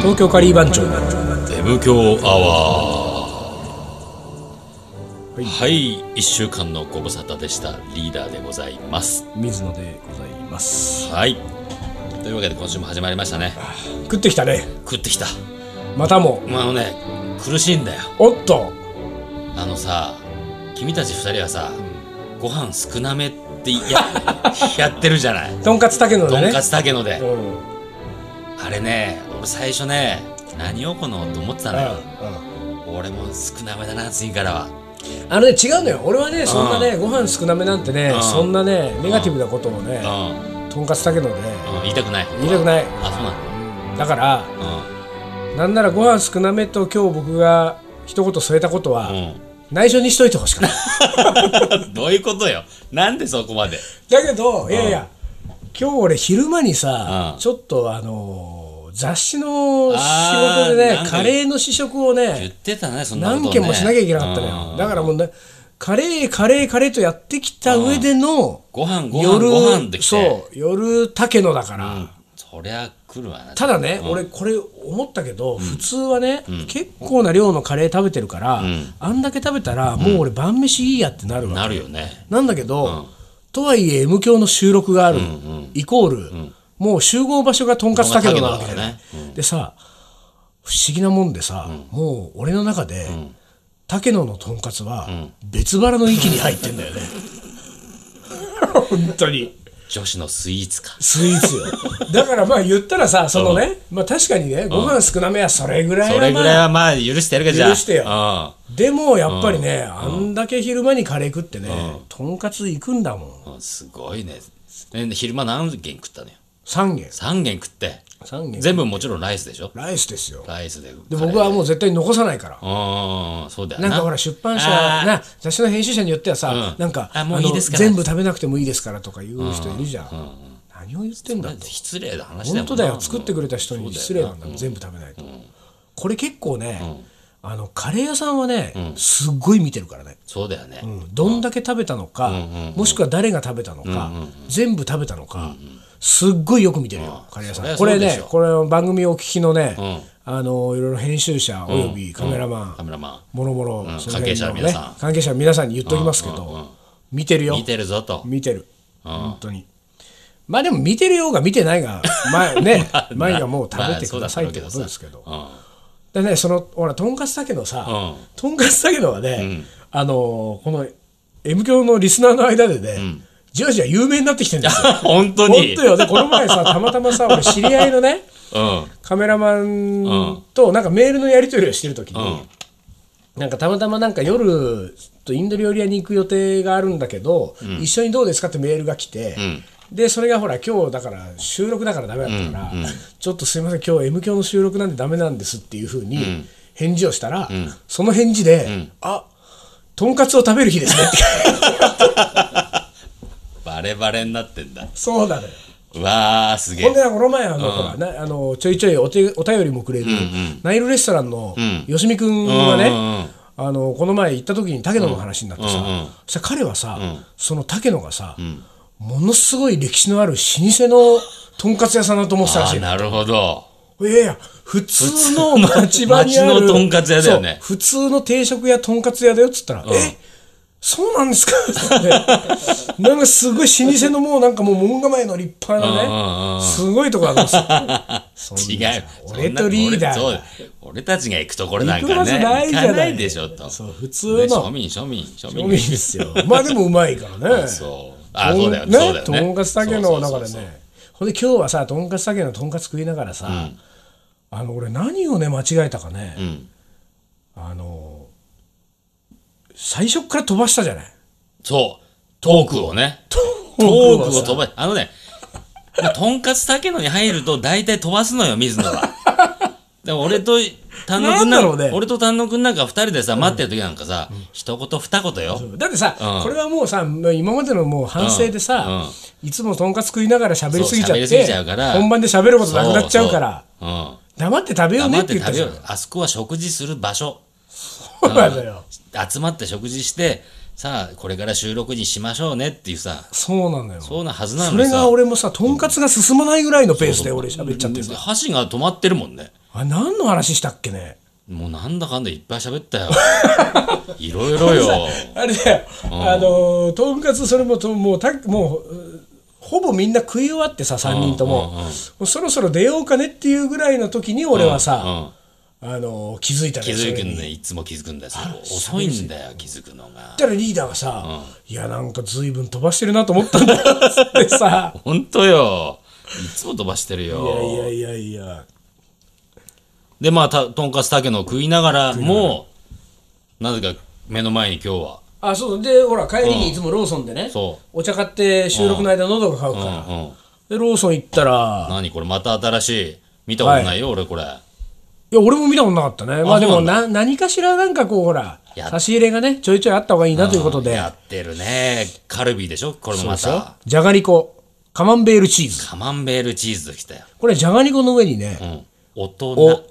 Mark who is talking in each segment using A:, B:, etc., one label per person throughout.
A: 東京カリー番長
B: デブ教アワーはい、一週間のご無沙汰でしたリーダーでございます
A: 水野でございます
B: はいというわけで今週も始まりましたね
A: 食ってきたね
B: 食ってきた
A: またも
B: まああのね苦しいんだよ
A: おっと
B: あのさ君たち二人はさ、ご飯少なめって ややってるじゃない
A: とんかつたけの
B: と
A: で
B: ん
A: ね
B: かつたけので、
A: うんうんうん
B: あれね俺最初ね何をこのと思ってたのよ、俺も少なめだな次からは
A: あのね違うのよ俺はねそんなねご飯少なめなんてね
B: うん
A: そんなねネガティブなことをね
B: う
A: とんかつたけので
B: ん、うん、言いたくない
A: 言いたくない
B: あそうな
A: だから
B: の
A: なんならご飯少なめと今日僕が一言添えたことは、
B: うん、うん
A: 内緒にしといてほし かった
B: どういうことよなんでそこまで
A: だけどいやいや、今日俺昼間にさ、
B: うん
A: ちょっとあのー雑誌の仕
B: あー
A: 事でね
B: なんか
A: カレーの試食を
B: 言っ
A: ね
B: てたねそんなこと、ね、
A: 何件もしなきゃいけなかったのよ、
B: うん
A: だからもうねカレーカレーカレーとやってきた上での、
B: ご飯ご飯
A: 夜
B: ご飯できて
A: そう夜竹野だから、
B: うん、そりゃ来るわな
A: ただね、俺これ思ったけど、普通はね、結構な量のカレー食べてるから、
B: ん
A: あんだけ食べたらもう俺晩飯いいやってなるわ、
B: なるよね
A: なんだけど、とはいえ M 教の収録がある、イコール、もう集合場所がとんかつたけどなわけじゃない、
B: とんかつ
A: でさ不思議なもんでさ、もう俺の中で、竹野のとんかつは別腹の域に入ってん だよね本当に
B: 女子のスイーツか
A: スイーツよ。だからまあ言ったらさ、そのね、まあ確かにね、ご飯少なめはそれぐらい
B: そ
A: は
B: れぐらい
A: まあ
B: はまあ許してやるかじゃあ
A: 許してよ
B: うん
A: でもやっぱりね、あんだけ昼間にカレー食ってね、とんかつ行くんだもん。
B: うんすごいねえ昼間何軒食ったのよ
A: 3軒。
B: 3軒食って
A: 三軒。
B: 全部もちろんライスでしょ
A: ライスですよ。
B: ライスで
A: で、僕はもう絶対残さないから。
B: うんそうだよ
A: な
B: なん
A: かほら出版社
B: あー
A: な雑誌の編集者によってはさ、
B: うん
A: なんか
B: あもういいですから
A: 全部食べなくてもいいですからとか言う人いるじゃん、何を言ってんだと
B: 失礼な話だよ
A: 本当だよ作ってくれた人に失礼なんだ、全部食べないと、これ結構ね、あのカレー屋さんはね、すっごい見てるからね、
B: そうだよね、
A: うんどんだけ食べたのか、もしくは誰が食べたのか、全部食べたのか、すっごいよく見てるよ、カレー屋さん
B: そりゃ
A: こ
B: そう
A: れ
B: でし
A: ね
B: ょ
A: これ番組をお聞きのね、
B: う
A: あのいろいろ編集者およびカメラマン、
B: カメラマ
A: もろもろ
B: ん
A: その辺の
B: 関係者の皆さん
A: 関係者の皆さんに言っときますけど、見てる
B: ン
A: よ
B: 見てるぞと
A: 見てる本当にまあでも見てるようが見てない が前ね前がもう食べてくださいってことですけど
B: うん
A: でねそのほらとんかつたけのさ
B: うん
A: とんかつたけのはねあのーこの M 教のリスナーの間でねじわじわ有名になってきてるんですよ
B: 本当
A: 本
B: に
A: 当よでこの前 さたまたまさ俺知り合いのね
B: うん
A: カメラマンとなんかメールのやり取りをしてるときに、
B: うん
A: なんかたまたまなんか夜ちょっとインド料理屋に行く予定があるんだけど、一緒にどうですかってメールが来て、でそれがほら今日だから収録だからダメだったから、ちょっとすいません今日 M 教の収録なんでダメなんですっていうふうに返事をしたら、その返事で、あとんかつを食べる日ですねって
B: バレバレになってんだ
A: そうなのよ
B: うわーすげ
A: ほん
B: え
A: でこの前あの、ほらなあのちょいちょいお手お便りもくれる、ナイルレストランのよしみくんがね、
B: うんうんうん
A: あのこの前行った時に竹野の話になってさ、
B: うんうんうん
A: そしたら彼はさ、その竹野がさ、ものすごい歴史のある老舗のとんかつ屋さんだと思ってたら
B: あ
A: しい
B: ー
A: の
B: なるほど
A: いやいや普通の町場にある
B: 普通のとんかつ屋だよね
A: そう普通の定食屋とんかつ屋だよっつったら、えそうなんですか ってなんかすごい老舗のもうなんかもう門構えの立派なね、
B: うんうんうん
A: すごいとこだと思って たそんな
B: 違う
A: 俺とリーダー
B: そんな
A: が
B: 俺そう俺たちが行くところなんか
A: 行
B: ね
A: くはずないじゃない
B: 行かないでしょと
A: そう普通の
B: ね庶民庶民庶
A: 多い
B: 民
A: んですよまあでもうまいからね
B: そうあーそうだよねそうだよね
A: とんかつたけの中で
B: そうそうそうそう
A: ねほんで今日はさとんかつたけのとんかつ食いながらさ、あの俺何をね間違えたかね、
B: ん
A: あの最初っから飛ばしたじゃない
B: そうトークをねトークを飛ばあのねまあとんかつたけのに入ると大体飛ばすのよ水野 はでも俺と丹野くん
A: なんだ
B: な
A: ろうね
B: 俺と丹野くんなんか二人でさ待ってる時なんかさ、一言二言よ
A: だってさ、
B: うん
A: これはもうさもう今までのもう反省でさ、いつもとんかつ食いながら喋りすぎちゃって
B: そう喋りすぎちゃうから
A: 本番で喋ることなくなっちゃうから
B: そうそううん
A: 黙って食べようね
B: 黙
A: っ
B: ってて
A: 言った
B: 食べ
A: じゃ
B: よ
A: ん
B: うあそこは食事する場所
A: そうなのよ
B: 集まって食事してさあこれから収録にしましょうねっていうさ
A: そうなのよ
B: そうなはずなの
A: そ
B: に
A: れ
B: さ
A: が俺もさとんかつが進まないぐらいのペースで俺喋っちゃってさ
B: 箸が止まってるもんね
A: あ何の話したっけね
B: もうなんだかんだいっぱい喋ったよ。 いろいろよ。
A: あれだよ、あのとんかつそれもともうたもううほぼみんな食い終わってさ3人とも,、
B: うんうんうん
A: もうそろそろ出ようかねっていうぐらいの時に俺はさ、
B: うんうん
A: あの気づいたの
B: 気
A: よ
B: づく
A: それ
B: ん
A: に
B: ね、いつも気づくんだよ。遅いんだよ、気づくのが
A: そし。たらリーダーがさ、いやなんか随分飛ばしてるなと思ったんだよつって さ
B: ほんとよ。いつも飛ばしてる
A: いやい
B: よ。
A: やいやいや
B: で、まあ、たとんかつたけのを食いながらも、なぜか目の前に今日は。
A: あそうでほら帰りにいつもローソンでね、
B: そ
A: お茶買って収録の間喉が渇く
B: う。う
A: か
B: ん
A: ら、
B: うん。
A: でローソン行ったら
B: 何これ、また新しい。見たことないよ、俺これ。
A: いや俺も見たことなかったねまあで
B: そ
A: も
B: うな
A: な何かしらなんかこうほら
B: やっ
A: 差し入れがねちょいちょいあった方がいいなということで
B: やってるね。カルビーでしょこれもまた。
A: じゃがりこカマンベールチーズ
B: カマンベールチーズときたよ。
A: これじゃがりこの上にね、
B: うん。大
A: お
B: 人。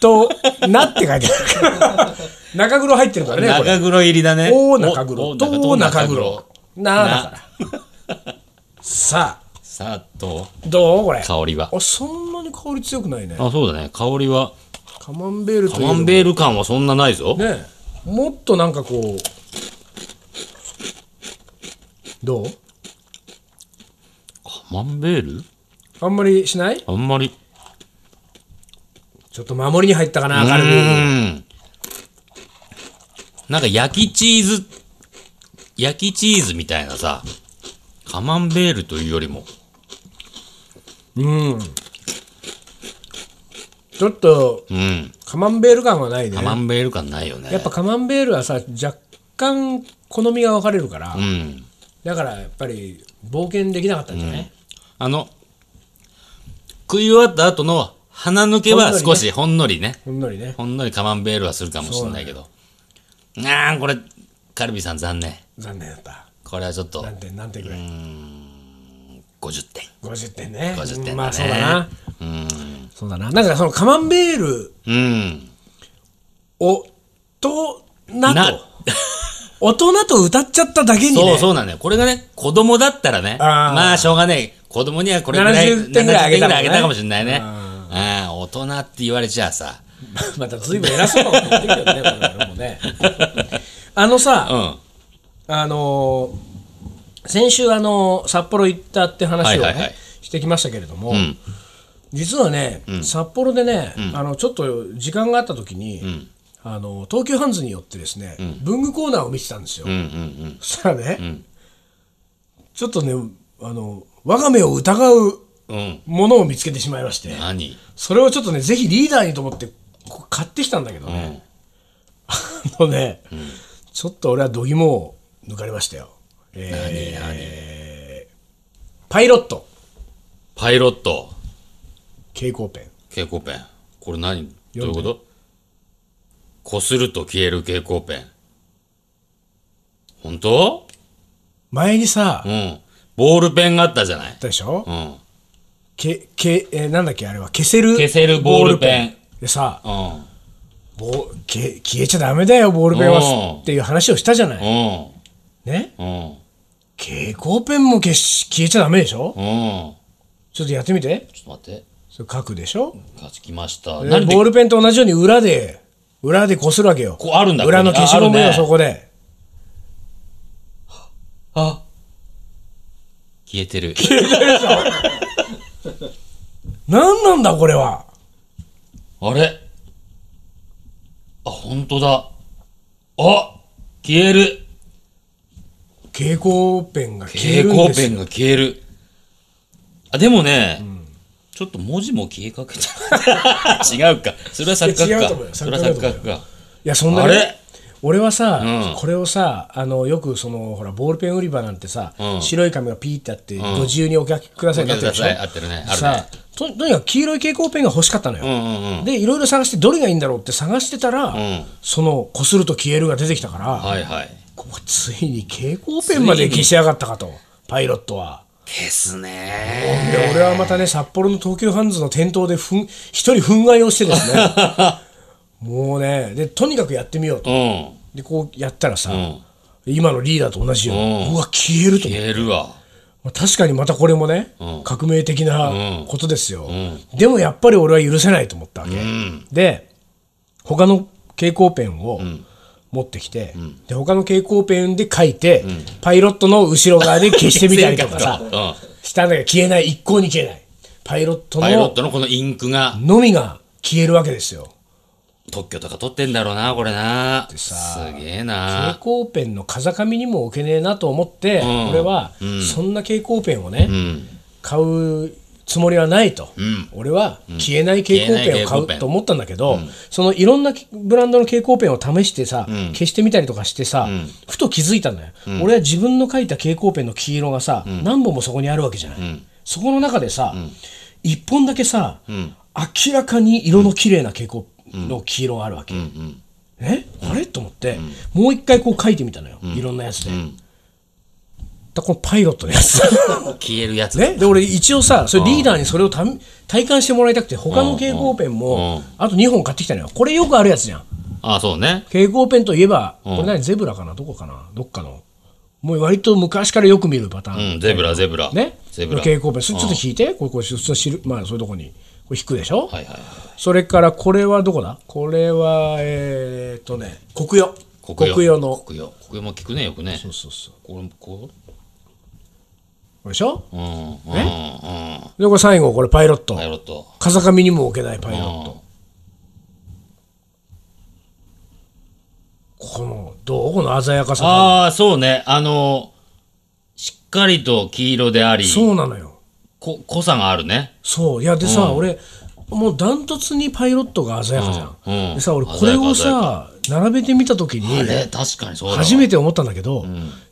A: となって書いてある 中黒入ってるからねこれ
B: 中黒入りだね。
A: お中
B: お
A: 黒
B: お
A: と中黒なあだ
B: な
A: からさあ
B: さあと、
A: どうこれ
B: 香りは。
A: あそんなに香り強くないね
B: あ、そうだね。香りは、
A: カマンベールと
B: カ
A: いう
B: マンベール感はそんなないぞ。
A: ねえもっとなんかこうどう
B: カマンベール
A: あんまりしない
B: あんまり。
A: ちょっと守りに入ったかな
B: う
A: カルビ
B: ーん。なんか焼きチーズ、焼きチーズみたいなさ、カマンベールというよりも、
A: うんちょっと
B: うん。
A: カマンベール感はないね
B: カマンベール感ないよね。
A: やっぱカマンベールはさ若干好みが分かれるから、
B: うん。
A: だからやっぱり冒険できなかったんじゃない、
B: あの、食い終わった後の鼻抜けは少しほんのりね。
A: ほんのりね
B: ほんのりカマンベールはするかもしれないけど。あー、これ、カルビさん残念。
A: 残念だった
B: これはちょっと、
A: 何点何点ぐらい、
B: 50点。
A: 50点ね
B: 50
A: う
B: 点だね
A: んまあそうだな
B: うーん。
A: そうだななんかそのカマンベール
B: うん。
A: をとなと
B: な
A: 大人と歌っちゃっただけにね
B: そうそうなんだよ。これがね、子供だったらね、
A: あー
B: まあしょうがねえ。子供にはこれぐらい、
A: 70点ぐらいあげたもんね
B: あげたかもしれないね。
A: あ
B: ああ、大人って言われちゃあさ。
A: また随分偉そうなこと言ってるけどね我々もね あの
B: う
A: さ、
B: ん。
A: あのー先週あのー札幌行ったって話をね、
B: はいはいはい
A: してきましたけれども、
B: ん
A: 実はね、札幌でね、あのちょっと時間があった時に、あの東急ハンズによってですね、文具コーナーを見てたんですよ、
B: うんうんうん。
A: そしたらね、ちょっとねあの我が目を疑う
B: うん。
A: ものを見つけてしまいまして、
B: 何
A: それをちょっとね、ぜひリーダーにと思ってこう買ってきたんだけどね、あのね、ちょっと俺は度肝を抜かれましたよ。えーパイロット
B: パイロット、
A: 蛍光ペン。
B: 蛍光ペン。これ何どういうことこすると消える蛍光ペン。本当
A: 前にさ、あっ
B: うん。ボールペンがあったじゃない
A: たでしょ、
B: うん。
A: けけえーなんだっけあれは消せる
B: 消せるボールペン
A: ン。でさ
B: うん。
A: ボけ、消えちゃダメだよ、ボールペン
B: うん
A: はっていう話をしたじゃな
B: う
A: い。
B: ん。
A: ね
B: うん。
A: 蛍光ペンも消し消えちゃダメでしょ
B: うん。
A: ちょっとやってみて。
B: ちょっと待って。
A: それ書くでしょ
B: 勝ちきました。
A: で
B: 何で
A: ボールペンと同じように裏で、裏でこするわけよ。
B: こうあるんだ
A: 裏の消しゴム
B: あある
A: よ、
B: ね
A: そこで。
B: あ消えてる。
A: なんなんだ、これは。
B: あれあ、ほんとだ。あ消える
A: 蛍光ペンが消え
B: 蛍
A: るん
B: 光
A: ですよ。
B: ペンが消える。あ、でもね、ちょっと文字も消えかけちゃう。違うか。それは錯
A: いや違うと思う
B: 覚
A: よ
B: か。それは錯覚
A: 錯覚
B: か。
A: いや、そんな
B: あれ
A: 俺はさ、
B: うん
A: これをさ、あの、よくその、ほら、ボールペン売り場なんてさ、
B: うん
A: 白い紙がピーってあって、ご自由にお書きくださいってなってるでしょ
B: ご自由にお書きくださいあってるねあるね
A: さと、とにかく黄色い蛍光ペンが欲しかったのよ。
B: うんうんうん。
A: で、いろいろ探して、どれがいいんだろうって探してたら、
B: ん
A: その、こすると消えるが出てきたから、
B: はいはい。
A: ここついに蛍光ペンまで消しやがったかと、パイロットは。
B: 消すね
A: で俺はまたね札幌の東急ハンズの店頭でふん一人憤慨をしてです ねもうねでとにかくやってみようと
B: うん。
A: でこうやったらさ、
B: ん
A: 今のリーダーと同じように、
B: うん
A: うわ消えると思
B: 消
A: う
B: えるわ。
A: まあ確かにまたこれもね、
B: うん
A: 革命的なことですよ、
B: ん
A: でもやっぱり俺は許せないと思ったわけ、
B: うん。
A: で他の蛍光ペンを持ってきて、で他の蛍光ペンで書いて、パイロットの後ろ側で消してみたりと かさ
B: 消せるかと
A: したんだけど消えない一向に消えないパイロット
B: パイロッ
A: の
B: トのこのインクが
A: のみが消えるわけですよ
B: 特許とか取ってんだろうな、これな。す
A: さ
B: げえ
A: 蛍
B: な。
A: 光ペンの風上にも置けねえなと思って、俺はそんな蛍光ペンをね、
B: うん。
A: 買うつもりはないと、俺は消えない蛍光ペンを
B: 消えない蛍
A: 買
B: 光ペン
A: うと思ったんだけど、そのいろんなブランドの蛍光ペンを試してさ、消してみたりとかしてさ、ふと気づいたんだよ、俺は自分の書いた蛍光ペンの黄色がさ、何本もそこにあるわけじゃない、そこの中でさ、一1本だけさ、明らかに色の綺麗な蛍光の黄色があるわけ、えあれと思って、もう一回こう書いてみたのよ、いろんなやつで、だからこのパイロットのや つ
B: 消えるやつ。
A: ね、で俺、一応さ、それリーダーにそれをた体感してもらいたくて、他の蛍光ペンも、あと2本買ってきたのよ、これよくあるやつじゃん、
B: ああ、そうね。
A: 蛍光ペンといえば、これ何、ゼブラかな、どこかな、どっかの、もう割と昔からよく見るパタ
B: う
A: ーン、
B: ん、ゼブラ、ゼブラ。
A: ね、
B: ゼブラ。
A: 蛍光ペン、それちょっと引いて、これ、これ普通の汁、まあ、そういうとこに、これ引くでしょ、
B: はいはいはい。
A: それからこれはどこだ、これは、えーっとね、黒曜、黒曜の、
B: 黒曜。黒曜も効くね、よくね。
A: そうそうそう、
B: これ、こう。
A: これでしょ、
B: うん。うん。うん。
A: で、これ最後、これ、パイロット、
B: パイロット。
A: 風上にも置けないパイロット。
B: うん。
A: このどうこの鮮やかさ
B: ああ、そうね。あの、しっかりと黄色であり、
A: そうなのよ
B: こ濃さがあるね。
A: そういやでさ、俺もうダントツにパイロットが鮮やかじゃん、
B: うんうん
A: でさ俺これを
B: 鮮や
A: さ並べてみた時
B: あ
A: に
B: れ、確かにそうだわ。
A: 初めて思ったんだけど、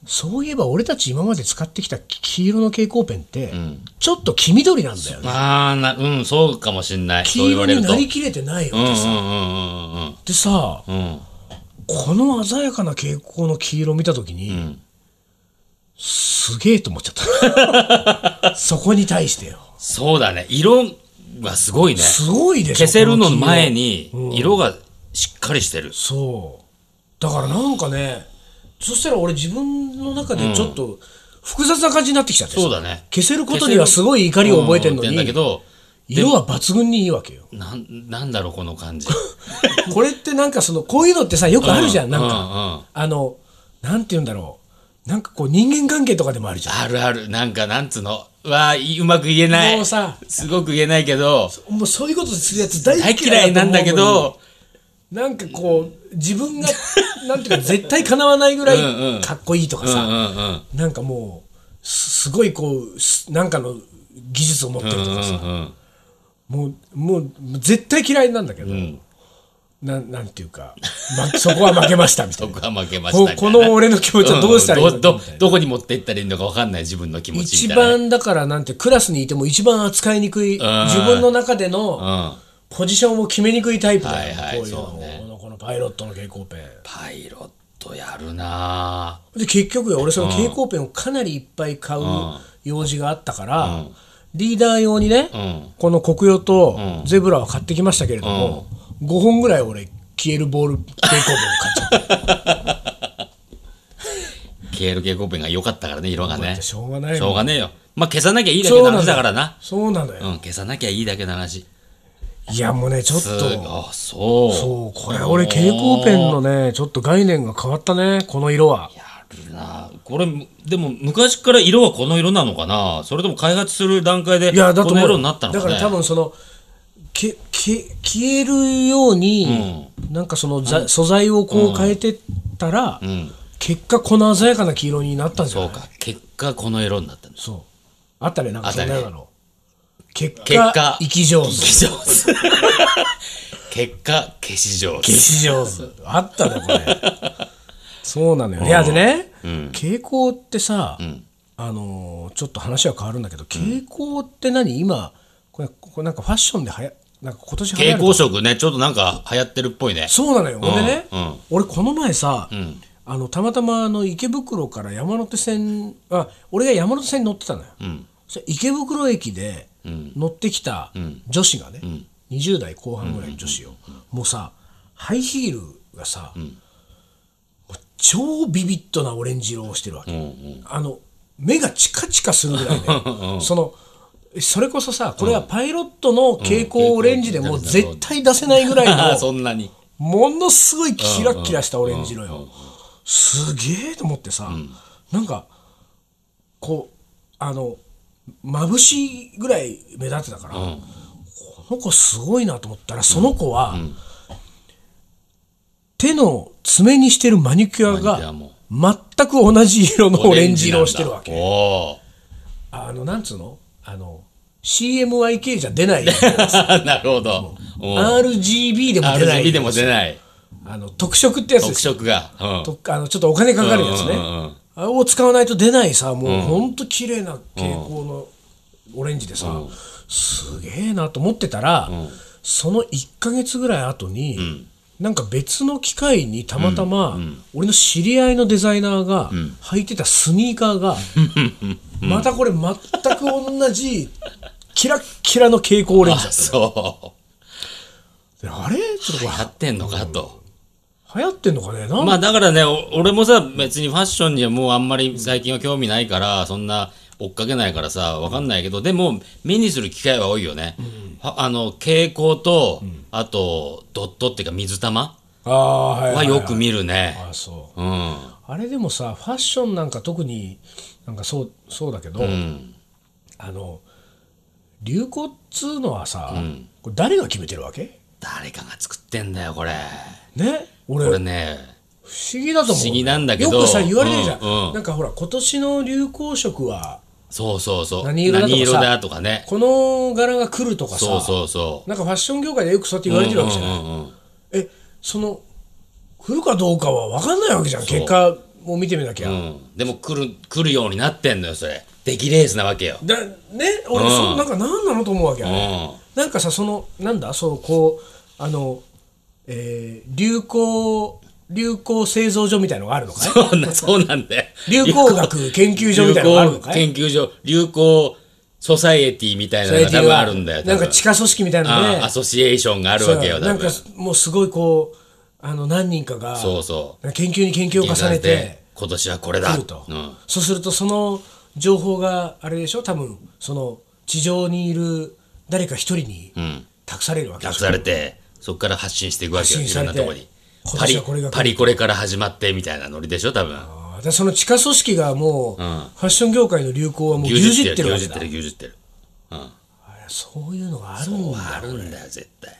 A: そういえば俺たち今まで使ってきた黄色の蛍光ペンって、ちょっと黄緑なんだよね
B: ああ、な、うん、そうかもしんない。そう
A: 黄
B: 言わ
A: 色
B: れる
A: に
B: と。
A: な
B: う
A: ん
B: うん
A: りきれてないよ
B: うんう
A: でさ、
B: んうん
A: でさ
B: うん。うん。
A: この鮮やかな蛍光の黄色を見た時に、すげえと思っちゃった そこに対してよ
B: そうだね。色がすごいね。
A: すごいでしょ
B: 消せるの
A: こ黄色
B: 前に、色がしっかりしてる。
A: そうだからなんかねそしたら俺自分の中でちょっと複雑な感じになってきちゃってさ
B: そうだね
A: 消せることにはすごい怒りを覚えてるの
B: う
A: に、
B: だけど、
A: 色は抜群にいいわけよ
B: なん、なんだろう、この感じ。
A: これってなんかそのこういうのってさよくあるじゃん、なんか、
B: うんうん
A: あのなんて言うんだろうなんかこう人間関係とかでもあるじゃん
B: あるある。なんか、なんつうの。うわあ、いうまく言えない
A: もう。さ
B: すごく言えないけど、
A: もうそういうことするやつ大
B: 大
A: 嫌
B: 嫌
A: い
B: いなんだけど、
A: なんかこう自分 がなんていうか絶対かなわないぐら
B: うんう
A: い
B: ん
A: かっこいいとか
B: うん
A: さ、
B: うんうん。
A: なんかもうすすごいこうすなんかの技術を持ってるとかさ、もうもう絶対嫌いなんだけど、なんなんていうか、ま、そこは負けましたみ たいな
B: 僕は負けまし
A: こ
B: た
A: この俺の気持ち
B: は
A: はどうしたらいいのか
B: ど
A: みたい
B: ど
A: な
B: どこに持っていったらいいのか分かんない自分の気持ち
A: 一
B: みたいなね
A: 番だからなんてクラスにいても一番扱いにくい自
B: ん
A: 分の中で
B: う
A: の
B: ん
A: ポジションを決めにくいタイプだよ、
B: はいはい
A: こういうの
B: そうね
A: このこのパイロットの蛍光ペン。
B: パイロットやるなぁ
A: で結局よ俺その蛍光ペンをかなりいっぱい買う用事があったから、リーダー用にね、
B: ん
A: この黒曜とゼブラは買ってきましたけれども、5本ぐらい俺消えるボール蛍光ペンを買っちゃ った
B: 消える蛍光ペンが良かったからね色がね
A: って
B: し
A: しょうがないもん
B: ょうがねえよまあ消さなきゃいいだけの話だからな
A: そうなの
B: う
A: よ、
B: ん消さなきゃいいだけの話
A: いやもうねちょっ
B: す
A: と
B: あそう
A: そうこれ俺蛍光ペンのねちょっと概念が変わったねこの色は
B: やるなぁこれでも昔から色はこの色なのかなそれとも開発する段階で
A: いやだと
B: この
A: 思う
B: 色になったのか
A: だ
B: ね
A: から多分そのけけ消えるように、なんかそのざ素材をこう変えてったら、結果この鮮やかな黄色になったんじゃない
B: そ
A: う
B: か結果この色になったんです
A: そうあったねなんかそんなようなの結果
B: 結果
A: 生き上手
B: 消し上手結果消し上手
A: 消し上手あったねこれ そうなのよいやでね、蛍光ってさ、あのーちょっと話は変わるんだけど蛍光って何今これこれなんかファッションではやなんか今年流行
B: 蛍
A: る
B: 光色ねちょっとなんか流行ってるっぽいね
A: そうなのよ、俺ね、
B: うんうん
A: 俺この前さ、あのたまたまあの池袋から山手線あ俺が山手線に乗ってたのよ、そしたら池袋駅で乗ってきた女子がね、20代後半ぐらいの女子よ、もうさハイヒールがさ、もう超ビビッドなオレンジ色をしてるわけ、あの目がチカチカするぐらいねそのそれこそさこれはパイロットの蛍光オレンジでもう絶対出せないぐらい
B: あ
A: の
B: そんなに。
A: ものすごいキラッキラしたオレンジのよすげえと思ってさなんかこうあの眩しいぐらい目立ってたからこの子すごいなと思ったらその子は手の爪にしてるマニキュア
B: マニキュアも
A: が全く同じ色のオレンジ色をしてるわけ
B: オレンジなんだ。おお。
A: あの、なんつうのあの、CMYK じゃ出ない。
B: なるほど。
A: RGB でも出ない。
B: RGB でも出ない。
A: あの、特色ってやつで
B: 特
A: す
B: 色が。うん
A: とあの、ちょっとお金かかるやつね。
B: うんうんうん
A: あれを使わないと出ないさ、もう、ほんと綺麗な蛍光のオレンジでさ、すげえなと思ってたら、その1ヶ月ぐらい後に、なんか別の機会にたまたま、俺の知り合いのデザイナーが履いてたスニーカーが、またこれ全く同じキラッキラの蛍光オレン
B: あ、
A: ジだっ
B: そ
A: たで あれちょっとこ
B: う。やってんのかと。
A: れ流行ってんのかねなん
B: まあだからね、お俺もさ、別にファッションにはもうあんまり最近は興味ないから、そんな追っかけないからさ、わかんないけど、でも目にする機会は多いよね。はあの、蛍光と、あと、ドットっていうか水玉
A: ああはい
B: は
A: はい
B: よく見るね。
A: あそう
B: うん。
A: あれでもさファッションなんか特になんかそうそうだけど、
B: うん。
A: あの流行っつうのはさ、これ誰が決めてるわけ
B: 誰かが作ってんだよ、これ。
A: ね俺
B: これね、
A: 不思議だと思う
B: 不思議なんだけど
A: よくさ言われてるじゃん、
B: うんうん
A: なんかほら今年の流行色は
B: そうそうそう。
A: 何色だとかさ
B: 何色だとかね。
A: この柄が来るとかさ
B: そうそうそう。
A: なんかファッション業界でよくそうやって言われてるわけじゃない、
B: うんうんうん
A: えその来るかどうかは分かんないわけじゃん結果を見てみなきゃ、
B: うん、でも来る来るようになってんのよそれ出来レースなわけよ、
A: だね俺そ、
B: うん
A: なんか何なのと思うわけあ
B: う
A: れ
B: ん、
A: なんかさそのなんだそうこうあの、えー流行流行製造所みたいのがあるのかい
B: そうなそうなんだよ
A: 流行学研究所みたいのがあるのかい
B: 流行研究所流行ソサエティみたいなのが多分あるんだよ
A: なんか地
B: 近
A: 下組織みたいなのね
B: アソシエーションがあるわけよ
A: そうな
B: 多
A: んか
B: 分
A: もうすごいこうあの何人かが
B: そうそ
A: 研究に研究を
B: う
A: 重ねて
B: 今年はこれだ
A: 来ると、
B: うん、
A: そうするとその情報があれでしょ多分その地上にいる誰か一人に
B: ん
A: 託されるわけで
B: 託
A: しょ
B: されてそこから発信していくわけ
A: 発
B: よ
A: 信
B: い
A: さ
B: ろ
A: れ
B: んな
A: て
B: とこに
A: 今
B: パ
A: 年
B: リ
A: はこれが来る
B: パリこれから始まってみたいなノリでしょ多分
A: あでその地下組織がもう、ファッション業界の流行はもう牛耳ってるわ
B: 牛
A: けだ
B: 耳ってる牛耳ってるうん
A: そういうのがあるんだ
B: あるんだよ絶対だ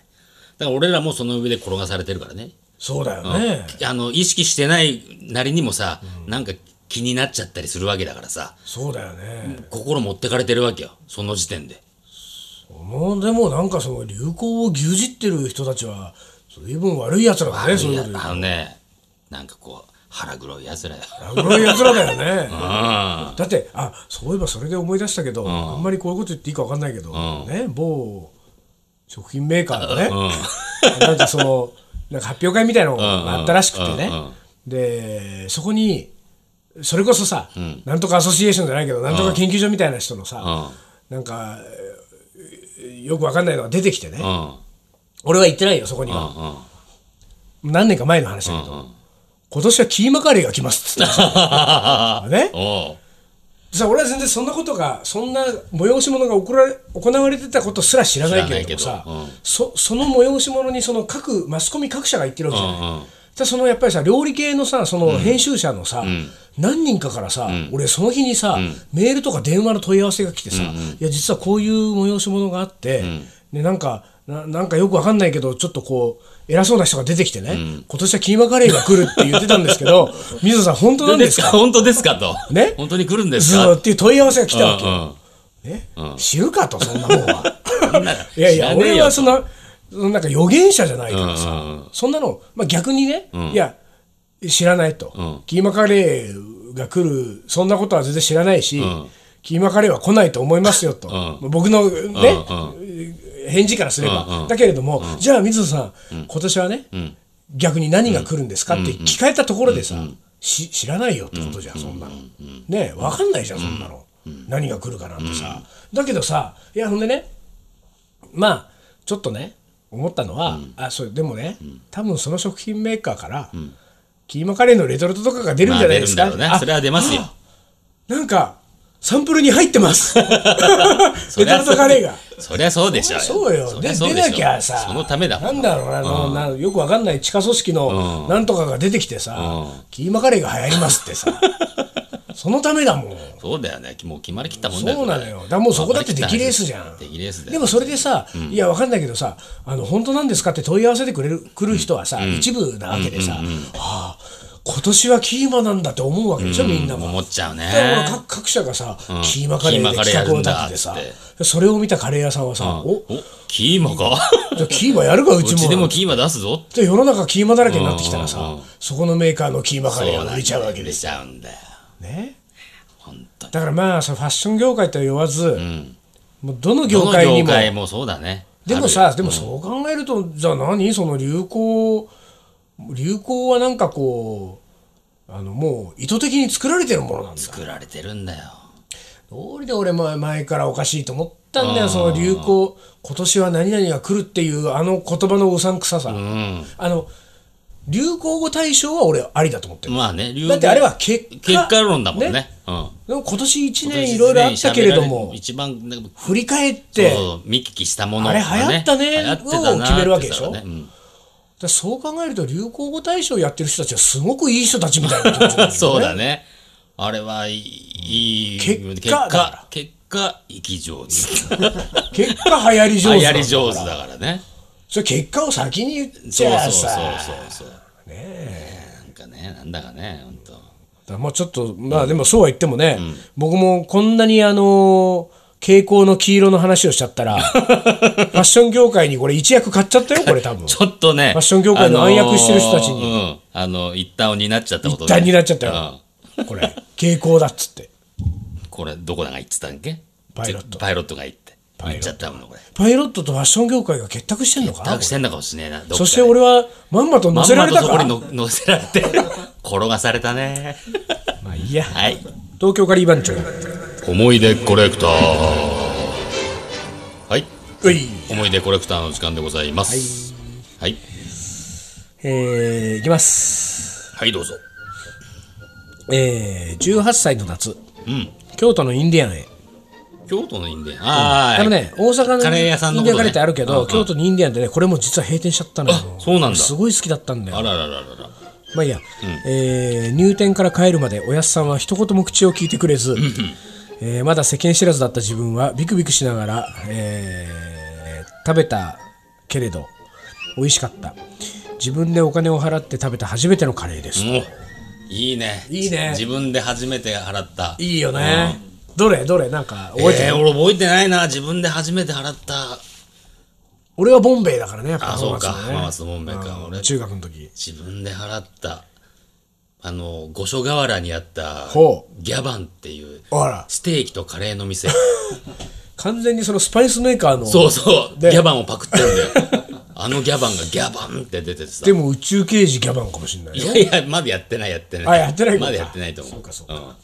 B: から俺らもその上で転がされてるからね
A: そうだよね、
B: あの意識してないなりにもさ、なんか気になっちゃったりするわけだからさ
A: そうだよね、
B: 心持ってかれてるわけよその時点で
A: もうでもなんかその流行を牛耳ってる人たちは随分悪いやつらだねそういうこと言う
B: あのねなんかこう腹黒いやつらよ
A: 悪いやつらだよね
B: う
A: だ
B: ん
A: ってあそういえばそれで思い出したけど、あんまりこういうこと言っていいか分かんないけど、ね某食品メーカーのね、なんかそのなんか発表会みたいなのがあったらしくてね、
B: うんうん
A: でそこにそれこそさ、なんとかアソシエーションじゃないけどなんとか研究所みたいな人のさ、なんかえーよく分かんないのが出てきてね、
B: うん
A: 俺は行ってないよそこには、
B: うん
A: 何年か前の話だけど、今年はキーマカレーが来ますっつってたね
B: おう
A: さあ俺は全然そんなことがそんな催し物が行われ行われてたことすら知らないけれども
B: 知らない
A: さ
B: けどうん
A: そその催し物にその各マスコミ各社が行ってるわけじゃない、
B: うんうん
A: ただそのやっぱりさ料理系のさその編集者のさ、何人かからさ、俺その日にさ、メールとか電話の問い合わせが来てさ、いや実はこういう催し物があって、でなんかななんかよくわかんないけどちょっとこう偉そうな人が出てきてね、今年はキーマカレーが来るって言ってたんですけ ど水野さん本当なんですか
B: 本当ですかと
A: ね
B: 本当に来るんです
A: そ
B: か
A: うっていう問い合わせが来たわけよ、
B: うんうん
A: ね、知るかと、そんなもんは。
B: そんなの
A: いやいや、
B: 知らねえ
A: 俺
B: よ
A: は
B: と
A: そんな、そのなんか予言者じゃないからさ、
B: うんうんうん
A: そんなの、まあ、逆にね、いや、知らないと、キーマカレーが来る、そんなことは全然知らないし、キーマカレーは来ないと思いますよと、僕のね、返事からすれば、だけれども、じゃあ水野さん、今年はね、逆に何が来るんですかって聞かれたところでさ、し知らないよってことじゃん、そんなの。ねえ、分かんないじゃん、そんなの。何が来るかなんてさ。だけどさ、いや、ほんでね、まあちょっとね思ったのは、あそれでもね、多分その食品メーカーから、キーマカレーのレトルトとかが出るん
B: ま
A: じ
B: あ
A: ゃないで
B: 出るん
A: す
B: だ
A: か、
B: ろうね
A: あ
B: それは出ますよ
A: なんかサンプルに入ってます レトルトカレーが。
B: そりゃそうでしょ
A: そうよ。
B: り
A: で
B: ゃそ
A: 出
B: うでしょ
A: なきゃさ、
B: そのためだも
A: なんんだろうなあの、なよくわかんない地下組織のなんとかが出てきてさ、キーマカレーが流行りますって さ、そのためだもん。
B: そうだよねもう決まりきったもんだよ
A: そうなのよ。だからもうそこだって出来レースじゃん。
B: 出来レースだよ
A: でもそれでさ、いや、わかんないけどさ、あの、本当なんですかって問い合わせてくれる、来る人はさ、一部なわけでさ、ああ、今年はキーマなんだって思うわけでしょ、みんなも。
B: 思っちゃうね
A: だからほら各各社がさ、キーマカレーで企画を立ててさ
B: キーマカレーやるんだっ、
A: それを見たカレー屋さんはさ、お
B: おキーマか
A: じゃあキーマやるか、う
B: う
A: ち
B: ち
A: も。
B: でもキーマ出すぞ
A: で世の中キーマだらけになってきたらさ、
B: うんうんうん
A: そこのメーカーのキーマカレーが売れちゃうわけ
B: 出
A: です
B: ちゃうんだよ
A: よね。
B: 本当に
A: だからまあ、そのファッション業界とは言わず、
B: ん
A: もうどの
B: ど
A: 業
B: の
A: 界に
B: 業
A: も。
B: 界もそうだね
A: でも
B: あ
A: さ、
B: る
A: でもそう考えると、じゃあ何その流行、流行はなんかこう、あのもう意図的に作られてるものなんだ。
B: 作られてるんだよ
A: どうりで俺前前からおかしいと思ったんだよ、その流行、今年は何々が来るっていうあの言葉のうさんくささ。
B: うん
A: あの、流行語大賞は俺ありだと思ってる。
B: まあね流行
A: だってあれは結果。
B: 結果論だもんね
A: ね
B: うん
A: でも今年1年いろいろあったけれども、
B: 一番なんか
A: 振り返っ
B: そう
A: て、
B: そう見聞きしたもの
A: あれ流行ったね
B: 流行ってたなーっ
A: を
B: て
A: 決めるわけでしょ
B: ねうん
A: だそう考えると流行語大賞やってる人たちはすごくいい人たちみたいな気持ちなんよ
B: そうだね。あれはいい、いい
A: 結果
B: 結
A: だから
B: 果、結果、生き上手。
A: 結果流行り上手
B: 流
A: な
B: 行
A: んだ
B: り上手だからね。
A: それ結果を先に言っち
B: そう
A: ゃ
B: そう
A: あ
B: そ
A: さ
B: う
A: だか
B: そうそう。なんかね、なんだかね、本当。
A: らもうちょっとまあでもそうは言ってもね、僕もこんなにあの蛍光の黄色の話をしちゃった らファッション業界にこれ一役買っちゃったよこれ多分
B: ちょっとね、
A: ファッション業界の暗躍してる人たちに
B: に、あの、一旦を担っちゃったこと
A: 一旦担っちゃったよ
B: うん
A: これ蛍光だっつって
B: これ、どこだが言ってたんけ
A: パイロット
B: パイロットが言って。言っちゃったもん、これ。
A: パイロットとファッション業界が結託してんのかな
B: 託してんのかもしれないな。
A: そして俺はまんまと乗
B: ま
A: せ
B: ん
A: ら
B: ま
A: れた
B: とそ
A: か
B: こにの乗せられて、転がされたね。
A: まあいいや
B: はい。
A: 東京カリー番長
B: 思い出コレクターはいう
A: い
B: 思い出コレクターの時間でございますはいはい、
A: えー、いきます
B: どうぞ
A: えー、18歳の夏
B: うん
A: 京都のインディアンへ
B: 京都のインディアンあー、
A: あのね大阪
B: カレー屋さ
A: の
B: ん
A: インディアン
B: のことね
A: カレーってあるけ
B: うんう
A: ど
B: ん
A: 京都のインディアンでねこれも実は閉店しちゃったのよ
B: あそうなんだ
A: すごい好きだったんだ
B: あ
A: よ
B: ららららら
A: まあいいや、えー入店から帰るまでおやっさんは一言も口を聞いてくれず、えーまだ世間知らずだった自分はビクビクしながら、えー食べたけれど美味しかった自分でお金を払って食べた初めてのカレーです、
B: もういいね
A: いいね
B: 自分で初めて払った
A: いいよね、どれどれなんか
B: 覚
A: 覚
B: え
A: えて
B: て
A: る、
B: 俺覚えてないな自分で初めて払った
A: 俺はボンベイだからねやっぱ
B: あそ
A: 浜
B: うか
A: 松の
B: 浜松の門面か
A: ね
B: 俺
A: 中学の時
B: 自分で払ったあの五所川原にあった
A: ほ
B: ギャバンっていう
A: あら
B: ステーキとカレー の店
A: 完全にそのスパイスメーカーの
B: そうそう。ギ
A: で
B: ャバンをパクってるんだ よ。あのギャバンがギャバンって出ててさ。
A: でも宇宙刑事ギャバンかもしれない
B: い
A: よ
B: やいや、まだやってない、やってない。
A: あやってないか
B: まだやってないと思う。
A: そうかそうか
B: ん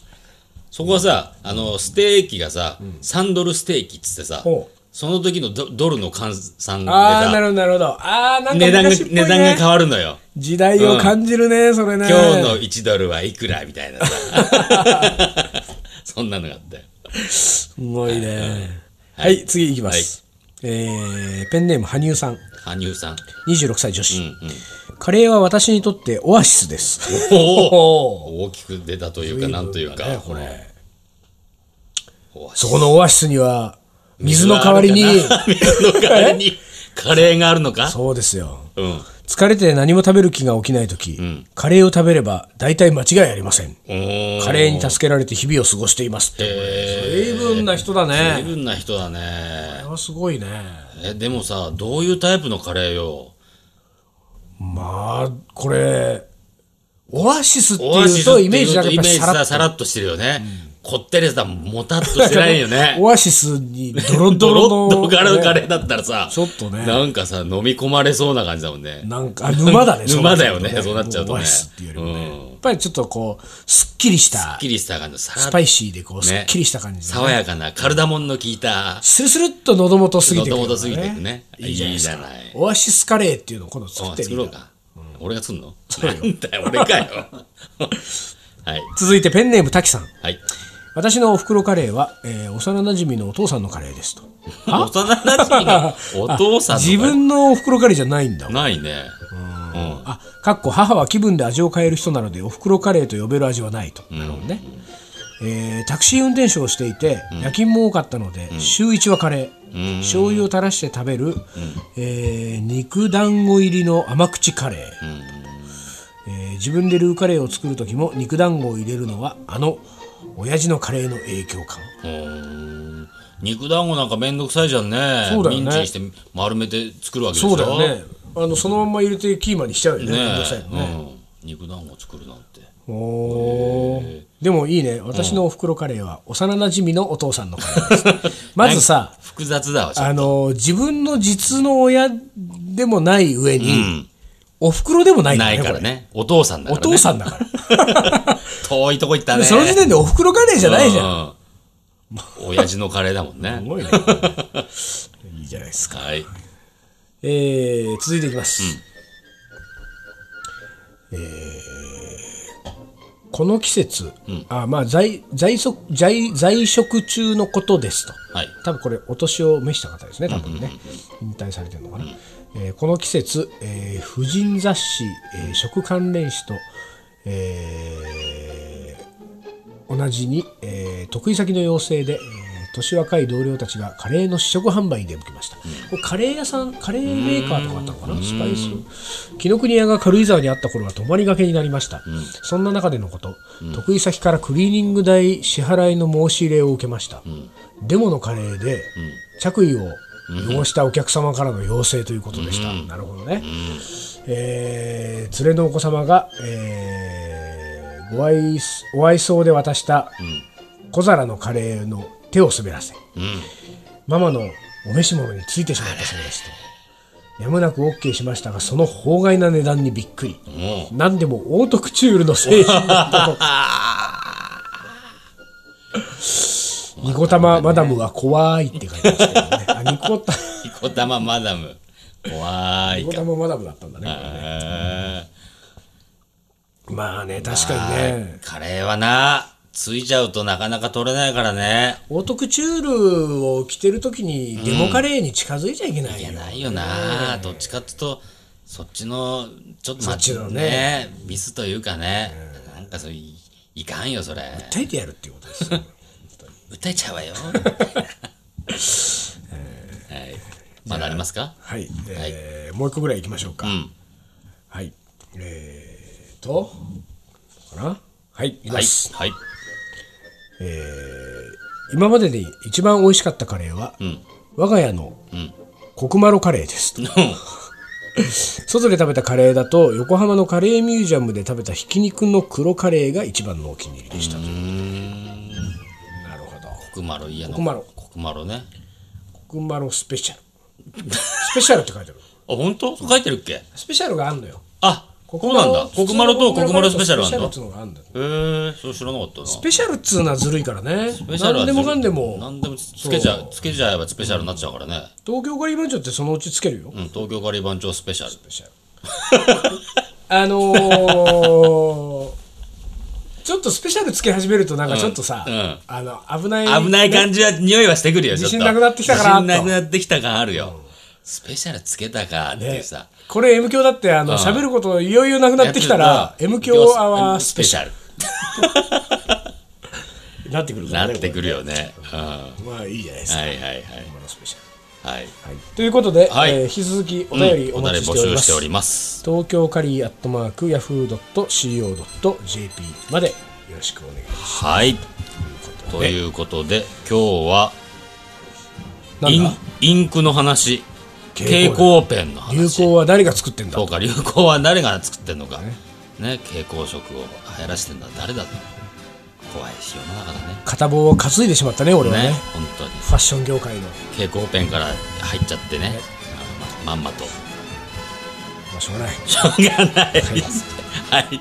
B: そこはさ、あの、ステーキがさ、3ドルステーキっつってさ
A: ほう、
B: その時のドドルの換算で
A: ああなるほ
B: さ、
A: どなるほどああなんか
B: 値段が、
A: 昔っぽい、ね、
B: 値段が変わるのよ。
A: 時代を感じるね、それね
B: 今日の1ドルはいくら みたいなさ。そんなのがあったよ。
A: すごいねはい、次いきます、えーペンネーム羽生さん
B: 羽生さん。
A: 26歳女子、カレーは私にとってオアシスです
B: おお大きく出たというか、なんというか。
A: ねこれ
B: お
A: そこのオアシスには水の代わりに
B: 水があるかな 水の代わりにカレーがあるのか
A: そうですよ
B: うん。
A: 疲れて何も食べる気が起きない時、カレーを食べれば大体間違いありませんカ
B: カ
A: レーに助けられて日々を過ごしていますって随分な人だ
B: 随
A: ね
B: 分な人だね
A: これはすごいね
B: えでもさどういうタイプのカレーよ
A: まあこれオアシスって
B: オア
A: い
B: シ
A: う
B: スっ
A: と
B: て
A: イメージだけ
B: イ
A: や
B: メ
A: っ
B: ー
A: ぱさら
B: ジ
A: っ
B: さ
A: と
B: さらっとしてるよね、こってりさもたっとしてない よね
A: オアシスにドロド
B: ドロ
A: ロ
B: ッ
A: の
B: ド柄のカレーだったらさ
A: ちょっとね
B: なんかさ飲み込まれそうな感じだもんね
A: なんかあ沼だね
B: 沼だよね
A: そ
B: そうう
A: な
B: な
A: っ
B: っ
A: ち
B: ち
A: ゃ
B: ゃ
A: う
B: う
A: と
B: と
A: ねオア
B: ね
A: シスっていうよりもね
B: うん
A: やっぱりちょっとこうすっきりした
B: すっきりした感じさら
A: ス
B: っと
A: パイシーでこうすっきりした感じでね
B: 爽やかなカルダモンの効いた
A: スルスルっと喉元過ぎ
B: も
A: てく
B: と
A: るよね
B: もと過ぎていくね
A: いいじゃないですか
B: い
A: オアシスカレーっていうのを今度作
B: あ
A: って
B: 作
A: み
B: ろう
A: る
B: か。俺が作んの なんだよ、俺かよ。はい。
A: 続いてペンネーム滝さん
B: はい。
A: 私のおふくろカレーは、えー幼馴染のお父さんのカレーですと。
B: 幼馴染のお父さ ん
A: あ
B: の
A: 自分のおふくろカレーじゃないんだ。
B: ないね。うん。
A: あ、かっこ母は気分で味を変える人なので、おふくろカレーと呼べる味はないと。なるほどね。えータクシー運転手をしていて、夜勤も多かったので、週1はカレー、醤油を垂らして食べる、えー肉団子入りの甘口カレー、えー自分でルーカレーを作る時も肉団子を入れるのはあの親父のカレーの影響かも
B: うん肉団子なんかめんどくさいじゃんね。
A: そうだよね
B: ミンチにして丸めて作るわけでし
A: そ
B: ょ。
A: うだよねあのそのまんま入れてキーマにしちゃうよね
B: ねえ
A: めんどくさいよね
B: うん、肉団子作るなんて。
A: おーでもいいね私のおふくろカレーは幼なじみのお父さんのカレーです まずさ
B: 複雑だわ、ちょっ
A: あの自分の実の親でもない上に、おふくろでもない
B: と
A: から
B: な
A: ね
B: いからね。お父さんだ
A: これお
B: から ね。
A: 父さんだから
B: 遠いとこ行ったね。
A: その時点でおふくろカレーじゃないじゃん、
B: ん。親父のカレーだも んね。
A: すごいねいいじゃないですか、
B: はい。
A: えー、続いていきます、えーこの季節、あまあ在在職在在職中のことですと、
B: はい。
A: 多分これお年を召した方ですね多分ね、引退されてるのかな、えーこの季節、えー婦人雑誌、えー食関連誌と、えー同じに、えー得意先の要請で、えー年若い同僚たちがカレーの試食販売に出向きました、これカレー屋さんカレーメーカーとかあったのかなスパイス紀ノ国屋が軽井沢にあった頃は泊まりがけになりました、そんな中でのこと、得意先からクリーニング代支払いの申し入れを受けました、デモのカレーで着衣を要したお客様からの要請ということでした、なるほどね、えー連れのお子様が、えーご愛すお愛想で渡した小皿のカレーの手を滑らせ、ママのお召し物についてしまったそうですとやむなく OK しましたがその法外な値段にびっくり
B: も う。
A: 何で もオートクチュールの製品だったとニコ玉マダムは怖いって書いてますけどね。あニコタ
B: ピコ玉マダム。怖
A: ニ
B: い
A: コ
B: か。
A: 玉マダムだったんだね。
B: へ
A: まあね、確かに
B: ー
A: ね。
B: カレーはな、ついちゃうとなかなか取れないからね。
A: オートクチュールを着てる時にデモカレーに近づいちゃいけないよ。
B: ないよな、どっちかっていうとそっちのちょっと
A: そっちのね
B: ミスというかね、なんかそういいかんよそれ
A: 訴えてやるっていうことですよ。
B: 訴えちゃうわよはいまだありますか
A: はい、えーもう一個ぐらい行きましょうか。はい。えーと、かなはい、いき
B: は
A: ま
B: い
A: す。
B: はい
A: 今までで一番美味しかったカレーは、我が家のコクマロカレーですと、 外で食べたカレーだと横浜のカレーミュージアムで食べたひき肉の黒カレーが一番のお気に入りでしたとなるほど
B: コクマロいやの
A: コクマロ
B: コクマロね
A: コクマロスペシャルスペシャルって書 いてある
B: あ本当書いてるっけ
A: スペシャルがあるのよ
B: あここなんだコクマロとコクマロスペシャルあんの
A: スペシャルっていうのがあるんだよ
B: へーそう知らなかったな
A: スペシャルっつうのはずるいからね
B: ペシャルは
A: 何でもかんでも
B: 何でもつけちゃうつけちゃえばスペシャルになっちゃうからね、
A: 東京カリー番長ってそのうちつけるよ、
B: うん、東京カリー番長スペシャル
A: スペシャルあのーちょっとスペシャルつけ始めるとなんかちょっとさ、
B: うんうん
A: あの危ない
B: 危ない
A: ね
B: 感じは、匂いはしてくるよ、ちょっと。
A: 自信なくなってきたかなと
B: 自信なくなってきた感あるよ。スペシャルつけたかっていうさ。
A: これ M 教だってあの喋、ることいよいよなくなってきたら
B: やつが
A: M 教アワースペシャ
B: ャル。
A: ルなってくるか
B: な
A: ら
B: っ
A: ね
B: てくるよね。うん。は
A: まあいいじゃないで
B: い
A: すか、
B: はいはい。
A: このスペシャル
B: はい。
A: ということで、
B: はい
A: えー引き続きお便り
B: うん
A: お
B: お便
A: 待
B: り
A: ちして
B: 募
A: おりま
B: 集して
A: す、
B: おります。
A: 東京カリーアットマークヤフー .co.jp までよろしくお願いします
B: はい。
A: と
B: と
A: いう
B: いうことで、今日は、
A: ことで
B: イ
A: な
B: ン
A: んだ
B: インクの話、蛍
A: 蛍
B: 光ペンの
A: 流
B: 話。
A: 行は誰が作ってんだ
B: そうか、流行は誰が作ってんのか。ね、蛍光色を流行らしてんだ誰だと。怖い世の中だね。
A: 片棒を担いでしまったね俺はね
B: ね、本当に。
A: ファッション業界の、ま
B: 蛍光ペンから入っちゃってね、あのままんまと。
A: あ、しょうがない
B: しょうがないです。はい。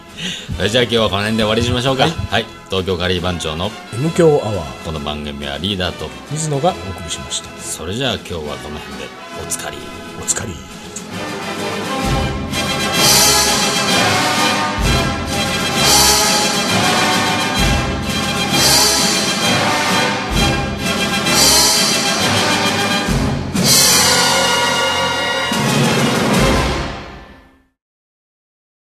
B: それじゃあ今日はこの辺で終わりにしましょうか。はい。東京カリー番長の
A: M 強アワー
B: この番組はリーダーと、
A: 水野がお送りしました
B: それじゃあ今日はこの辺でおつかり。
A: お疲れ